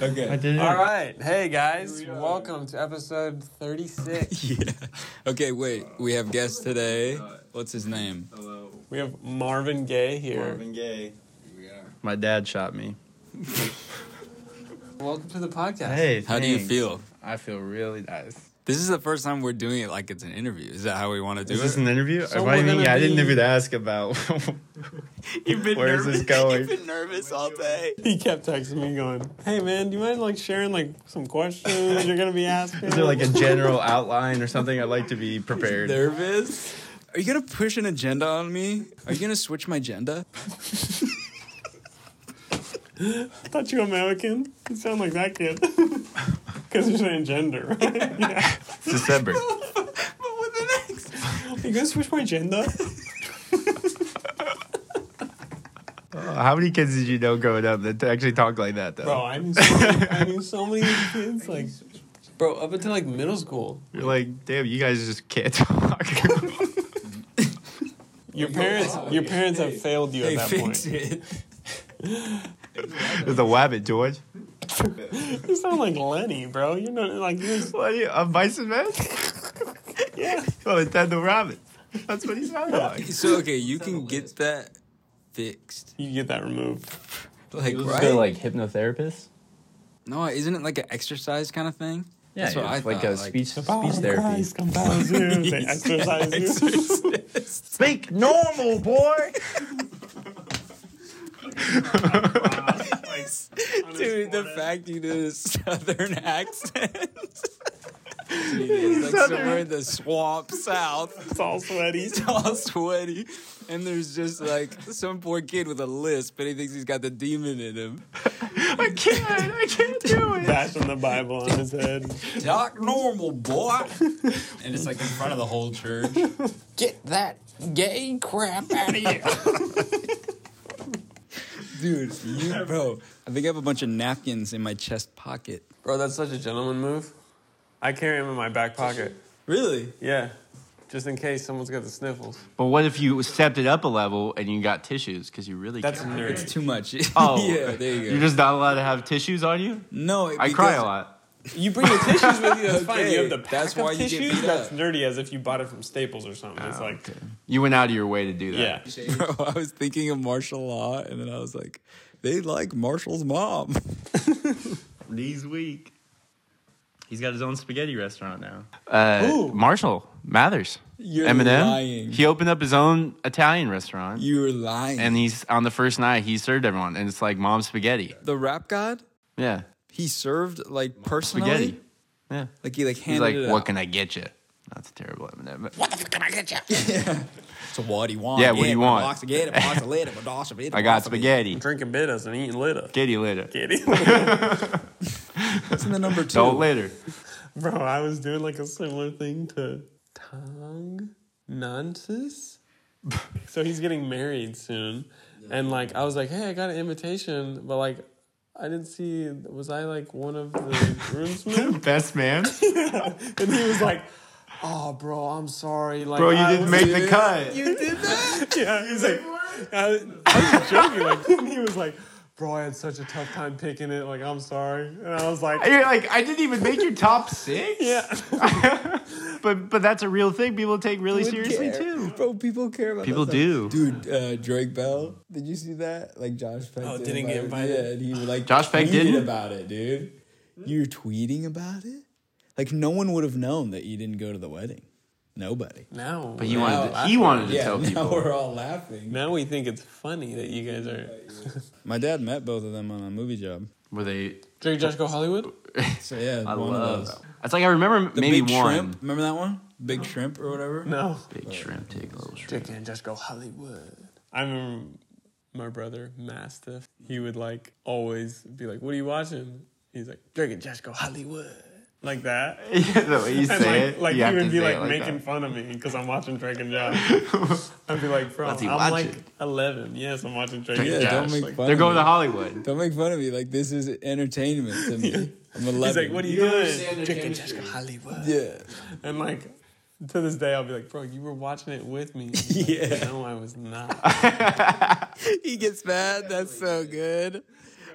Okay. I did it. All right. Hey, guys. Here we are. Welcome to episode 36. Yeah. Okay, wait. We have guest today. What's his name? Hello, We have Marvin Gaye here. Marvin Gaye. Here we are. My dad shot me. Welcome to the podcast. Hey, How do you thanks. feel? I feel really nice. This is the first time we're doing it like it's an interview. Is that how we want to do Is this it? an interview? So what do you mean? we're gonna Yeah, I didn't be- even ask about. You've been Where is this going? been nervous all day. He kept texting me going, "Hey man, do you mind like sharing like some questions you're gonna be asking?" is there like a general outline or something? I'd like to be prepared. Nervous? Are you gonna push an agenda on me? Are you gonna switch my agenda? I thought you were American. You sound like that kid. Because you're saying gender, right? yeah. It's December. but with the next. You gonna switch my gender? Uh, how many kids did you know growing up that actually talk like that though? Bro, I knew so many, I knew so many kids like. Bro, up until like middle school, You're like, damn, you guys just can't talk. your parents, your parents have failed you Hey, at that fix point. it. it's a wabbit, George. You sound like Lenny, bro. You're not like you're What are you, a bison man? yeah. Oh, it's Daniel Rabbit. That's what he sounded like. So okay, you can get that fixed. You get that removed. Like right? like hypnotherapist. no, isn't it like an exercise kind of thing? Yeah, That's what I it's like thought, a like- speech The Oh, power speech of therapy. Christ compels you. They exercise you. Speak normal, boy. Dude, the fact you did a southern accent. Dude, it's like Southern. somewhere in the swamp south. It's all sweaty. He's all sweaty. And there's just like some poor kid with a lisp, and he thinks he's got the demon in him. I can't. I can't do it. Bashing the Bible on his head. Talk normal, boy. And it's like in front of the whole church. Get that gay crap out of here. Dude, you, bro. I think I have a bunch of napkins in my chest pocket. Bro, that's such a gentleman move. I carry him in my back pocket. Really? Yeah. Just in case someone's got the sniffles. But what if you stepped it up a level and you got tissues because you really That's can't. nerdy. It's too much. Oh. yeah, there you You're go. just not allowed to have tissues on you. No, I cry because- a lot. You bring the tissues with you, that's fine. Okay, You have the pack that's of why you get tissues. beat that's up. nerdy as if you bought it from Staples or something. it's like, You went out of your way to do that. yeah. Bro, I was thinking of martial law, and then I was like, they like Marshall's mom. Knees weak. He's got his own spaghetti restaurant now. Uh, Ooh. Marshall Mathers, You're Eminem. lying. He opened up his own Italian restaurant, You were lying. and he's on the first night he served everyone, and it's like mom spaghetti. the rap god, Yeah, he served like personally. spaghetti. Yeah. Like he like He's handed like, it what out. can I get you? That's terrible, Eminem. but- So what do you want? Yeah, what do you want? A box of get a box of lid, a box of it. I got spaghetti. Drinking bitters and eating litter. Spaghetti later. Kitty. That's in the number 2 Don't later. Bro, I was doing like a similar thing to Tang Nansis. so he's getting married soon. And like I was like, hey, I got an invitation, but like I didn't see was I like one of the groomsmen? Best man, and he was like, Oh bro, I'm sorry. Like bro. You I didn't was- make the cut. You did that? Yeah, he was like I, I was joking, like and he was like, Bro, I had such a tough time picking it, like I'm sorry. And I was like, You're like, I didn't even make your top six. Yeah. But but that's a real thing. People take really seriously care. too. Bro, people care about People that do. stuff. Dude, uh, Drake Bell, did you see that? Like Josh Peck. Oh, didn't get invite him. invited? Yeah, and he like Josh Peck tweeted didn't? about it, dude. You're tweeting about it? Like no one would have known that you didn't go to the wedding. Nobody. Now But he we're wanted all to, he laughing. wanted to yeah, tell now people. we're all laughing. Now we think it's funny that you guys are. My dad met both of them on a movie job. Were they? Drake Josh go Hollywood? So yeah, I one love. of those. That's like I remember The maybe big one. shrimp. Remember that one? Big shrimp or whatever. No. Big shrimp, take a little shrimp. Drake and Josh go Hollywood. I remember my brother, Mastiff, he would like always be like, What are you watching? He's like, Drake and Josh go Hollywood. Like that. yeah, the way you And say like, it, like you he have to would be say it like, making that. fun of me because I'm watching Drake and Josh. I'd be like, bro, What's he I'm like watching? 11. Yes, I'm watching Drake Drake and Yeah, and Josh. don't make Like, fun. They're of going me. to Hollywood. Don't make fun of me. Like this is entertainment to me. I'm 11. He's like, what are you, You understand doing? their Drake and Josh go Hollywood. Yeah. And like to this day, I'll be like, bro, you were watching it with me. Yeah. No, I was not. He gets mad. That's so good.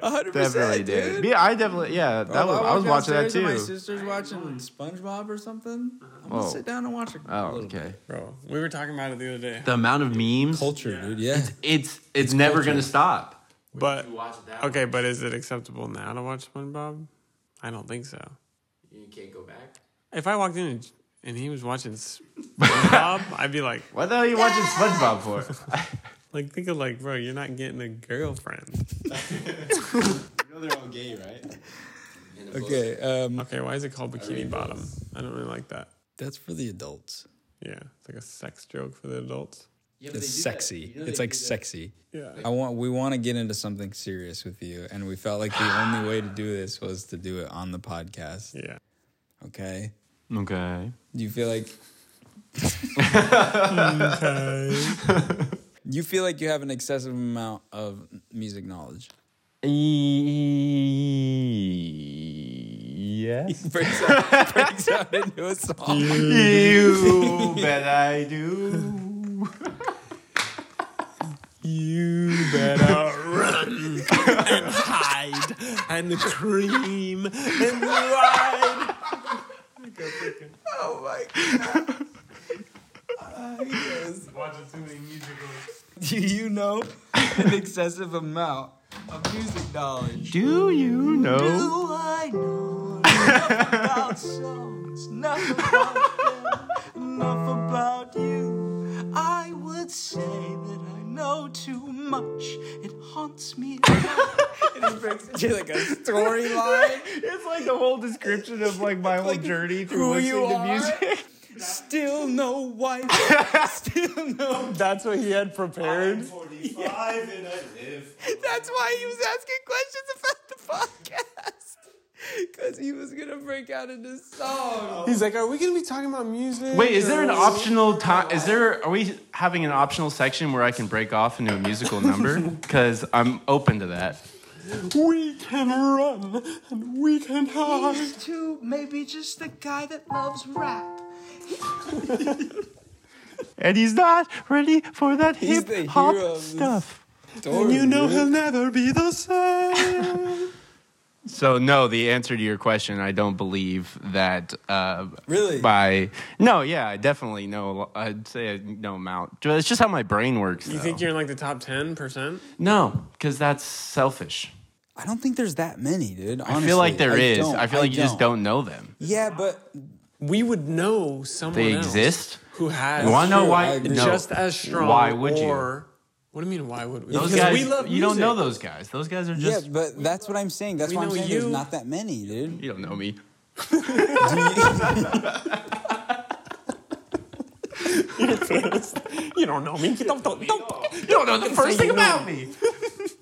hundred Definitely percent, did. dude. Yeah, I definitely. Yeah, that was, I was watching that too. My sister's watching SpongeBob or something. I'm gonna Oh. sit down and watch it. oh, okay. Bro, we were talking about it the other day. The amount of memes. Culture, dude. Yeah. It's it's, never gonna stop. But watch it that okay, but is it acceptable now to watch SpongeBob? I don't think so. You can't go back. If I walked in and, and he was watching SpongeBob, I'd be like, What the hell are you watching SpongeBob for? like think of like, bro, you're not getting a girlfriend. know they're all gay, right? Okay. Um, Okay, why is it called Bikini Bottom? I don't really like that. that's for the adults. Yeah, it's like a sex joke for the adults. It's sexy. it's like sexy. Yeah. I want. We want to get into something serious with you, and we felt like the only way to do this was to do it on the podcast. Yeah. Okay. Okay. Do you feel like? you feel like you have an excessive amount of music knowledge. E, E, Yes. Breaks out, breaks out into a song. you bet I do. You better run and hide and scream and ride. Oh my god. Watching too many musicals. Do you know an excessive amount of music knowledge? Do you know? I know about songs, enough about them, enough about you. I would say that I know too much. It haunts me. and it breaks into like a storyline. It's like the whole description of like my whole journey through who you listening to are. music. Still no wife. Still no. That's what he had prepared. 45 and I live. That's why he was asking questions about the podcast. Because he was going to break out into song. He's like, are we gonna be talking about music? Wait, is there an or- optional time? Is there? Are we having an optional section where I can break off into a musical number? Because I'm open to that. We can run and we can hide. He's too, maybe just the guy that loves rap. And he's not ready for that He's hip the hero hop of this stuff. Story, You know he'll never be the same. So no, the answer to your question, I don't believe that. Uh, Really? By no, yeah, I definitely know. I'd say I know amount. It's just how my brain works. you think you're in like the top ten percent? no, because that's selfish. I don't think there's that many, dude. Honestly. I feel like there is. don't, I feel like you just don't know them. Yeah, but We would know someone They else exist. who has. You want to know true, I why? agree. no. just as strong. Why would you? or, you? What do you mean? Why would we? Those Because guys, we love you don't know music. those guys. Those guys are just. yeah, but that's what I'm saying. That's We why I'm know saying you. there's not that many, dude. you don't know me. Do you- You don't know me. Don't, don't, don't. You don't know the first thing about me.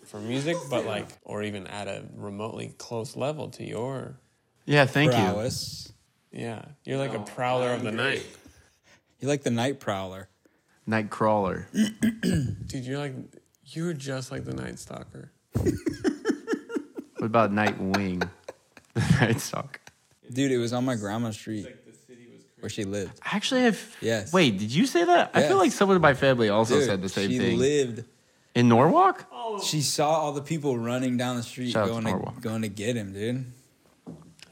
For music, but like, or even at a remotely close level to your, Yeah, thank you. prowess. yeah, you're like a prowler of the night, You're like the night prowler. Nightcrawler. dude. You're like, you're just like the night stalker. What about Nightwing? the Night Stalker. Dude, it was on my grandma's street where she lived. Actually, I've. Yes. Wait, did you say that? I Yes. feel like someone in my family also Dude, said the same she thing. lived. in Norwalk? She saw all the people running down the street Shout out to going to, Norwalk. going to get him, dude.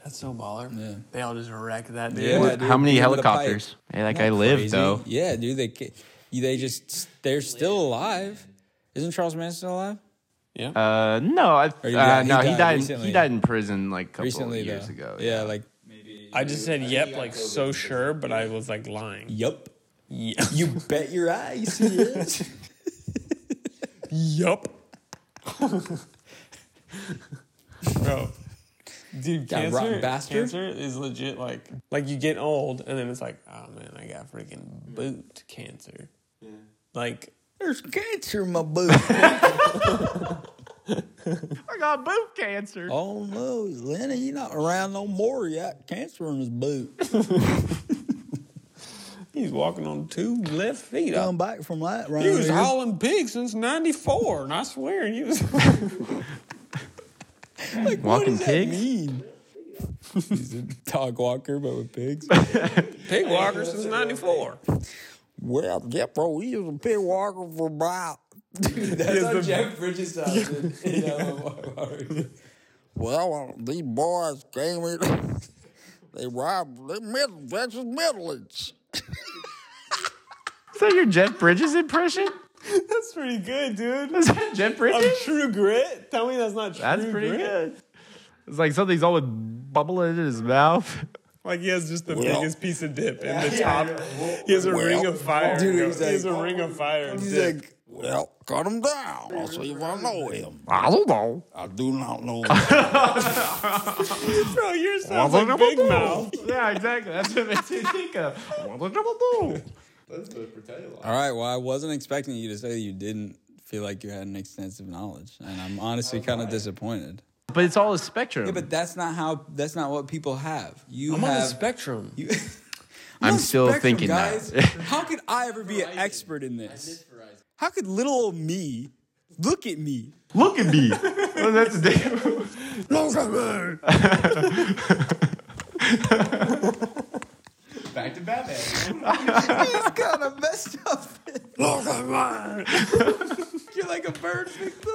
That's so baller. Yeah. They all just wreck that dude. Yeah. What- How dude, many give it a pipe. helicopters? Hey, that guy lived, Crazy. though. Yeah, dude. They ca- they just they're still alive. Isn't Charles Manson still alive? Yeah. Uh, no, I, Or he uh, died- no, he he died died. in, recently. he died in prison like a couple Recently, of years though. ago. Yeah, like I just said yep, like so sure, but I was like lying. yup. Yep. You bet your eyes. he is. Yup. Bro. Dude, That cancer, rotten bastard. cancer is legit like like you get old and then it's like, oh man, I got freaking boot cancer. Like There's cancer in my boot. I got boot cancer. oh no, Lenny, you're not around no more. He got cancer in his boot. he's walking on two left feet. I- Come back from that right he was here. hauling pig since ninety four, and I swear he was like, what Walking does that pigs? mean? He's a dog walker, but with pigs. pig walker since ninety four. Well, Jeffro, he was a pig walker for about That's how the- Jeff Bridges sounds in, in uh, LMR. uh, Well, these boys came in. They robbed. They middle. That's middlings. Is that your Jeff Bridges impression? That's pretty good, dude. Is that Jeff Of Bridges? true grit? Tell me that's not true That's pretty grit. good. It's like something's all with bubble in his mouth. Like he has just the Well- biggest piece of dip in the top. He has a Well- ring of fire. Dude, bro. he's he has like- a ring of fire. He's dip. like, Well, cut him down. I'll see if I know him. I don't know. I do not know. bro, yours sounds like Big Mouth. Yeah, exactly. That's what makes me think of. Let's do it for Taylor. All right. Well, I wasn't expecting you to say that you didn't feel like you had an extensive knowledge, and I'm honestly kind of disappointed. But it's all a spectrum. Oh, Yeah, but that's not how. That's not what people have. You I'm on the have. spectrum. you, I'm I'm on still thinking that. guys. how could I ever be an expert in this? How could little old me look at me? Look at me. Well, that's the Back to Batman. He's kind of messed up. You're like a bird victim.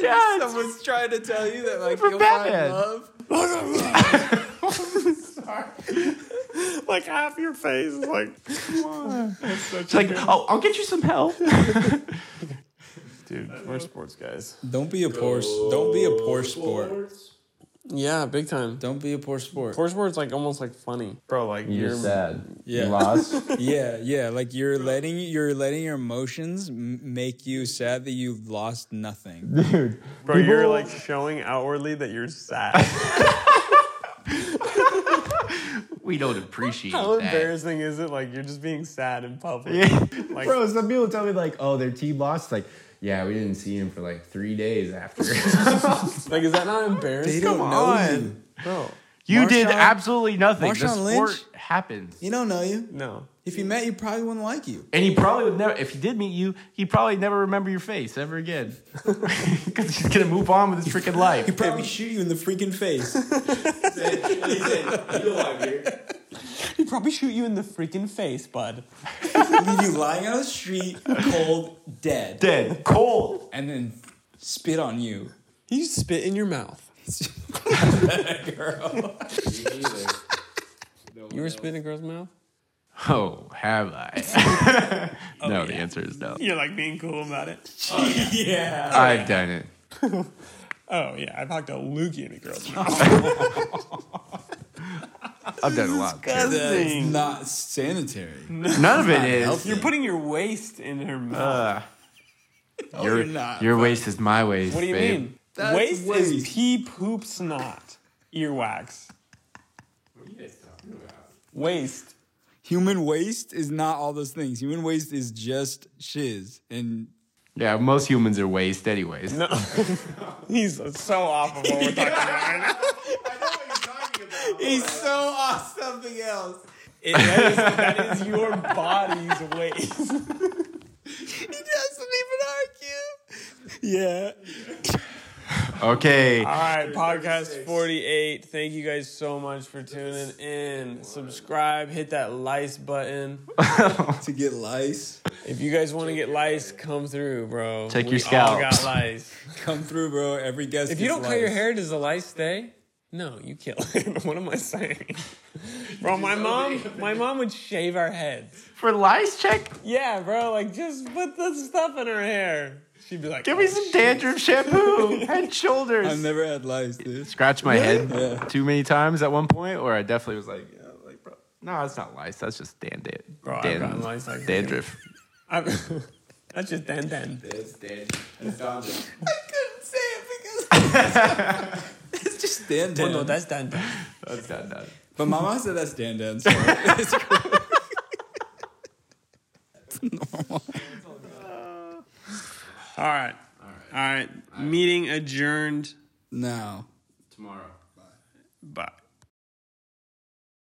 Yeah, it's- someone's trying to tell you that like For you'll Batman. find love. Like half your face is like. It's like, oh, I'll get you some help. Dude, we're sports guys. Don't be a poor. Don't be a poor sport. Yeah, big time. Don't be a poor sport. Sports sports like almost like funny, bro. Like you're, sad. Yeah. You lost. yeah, yeah. Like you're letting you're letting your emotions m- make you sad that you've lost nothing. bro. You're like showing outwardly that you're sad. We don't appreciate How that. embarrassing is it? Like you're just being sad in public. Like, Bro, some people tell me like, oh, their team lost. Like, yeah, we didn't see him for like three days after. like is that not They embarrassing, don't know you. bro? You did Marshawn- absolutely nothing. the Marshawn sport Lynch? happens. You don't know you. No, If you met, you probably wouldn't like you. And he probably would never, if he did meet you, he'd probably never remember your face ever again. Because he's going to move on with his freaking life. He'd probably shoot you in the freaking face. he probably shoot you in the freaking face, bud. Leave you lying on the street, cold, dead, Dead, cold. and then spit on you. You spit in your mouth. Girl. You were spitting in a girl's mouth. Oh, have I? no, the answer is no. You're like being cool about it. Yeah. I've done it. Oh yeah, I popped a loogie in a girl's mouth. I've done a lot. That's not sanitary. None of it is. You're putting your waist in her mouth. Uh, your not. your waist is my waist. Oh, what do you babe. mean? That's Waist, is waist. pee poop snot earwax. What are you guys talking about? Waist. Human waste is not all those things. Human waste is just shiz and Yeah, most humans are waist, anyways. No. He's so off of what we're talking about. He's so off something else. It- that, is, that is your body's waist. He doesn't even argue. Yeah. Okay. All right, podcast 48. Thank you guys so much for tuning in. Subscribe, hit that lice button. To get lice. If you guys want to get lice, come through, bro. Take your We all scalps. got lice. Come through, bro. Every guest. If you gets don't cut your lice. hair, does the lice stay? No, you kill it. what am I saying? Bro, my mom, my mom would shave our heads. For lice check, Yeah, bro, like just put the stuff in her hair. She'd be like, "Oh, give me some dandruff shampoo. Head and shoulders. I've never had lice, dude. Scratch my head too many times at one point, or I definitely was like, yeah, like bro. No, it's not lice. That's just dandruff. Bro, I've gotten lice like- dandruff. I'm, that's just Dan Dan. It's dead. It's done. I couldn't say it because it's just Dan Oh, no, Dan. that's Dan Dan. That's not done. but my mom said that's Dan Dan. So it's cool. All right. All right. Meeting adjourned. No. Tomorrow. Bye.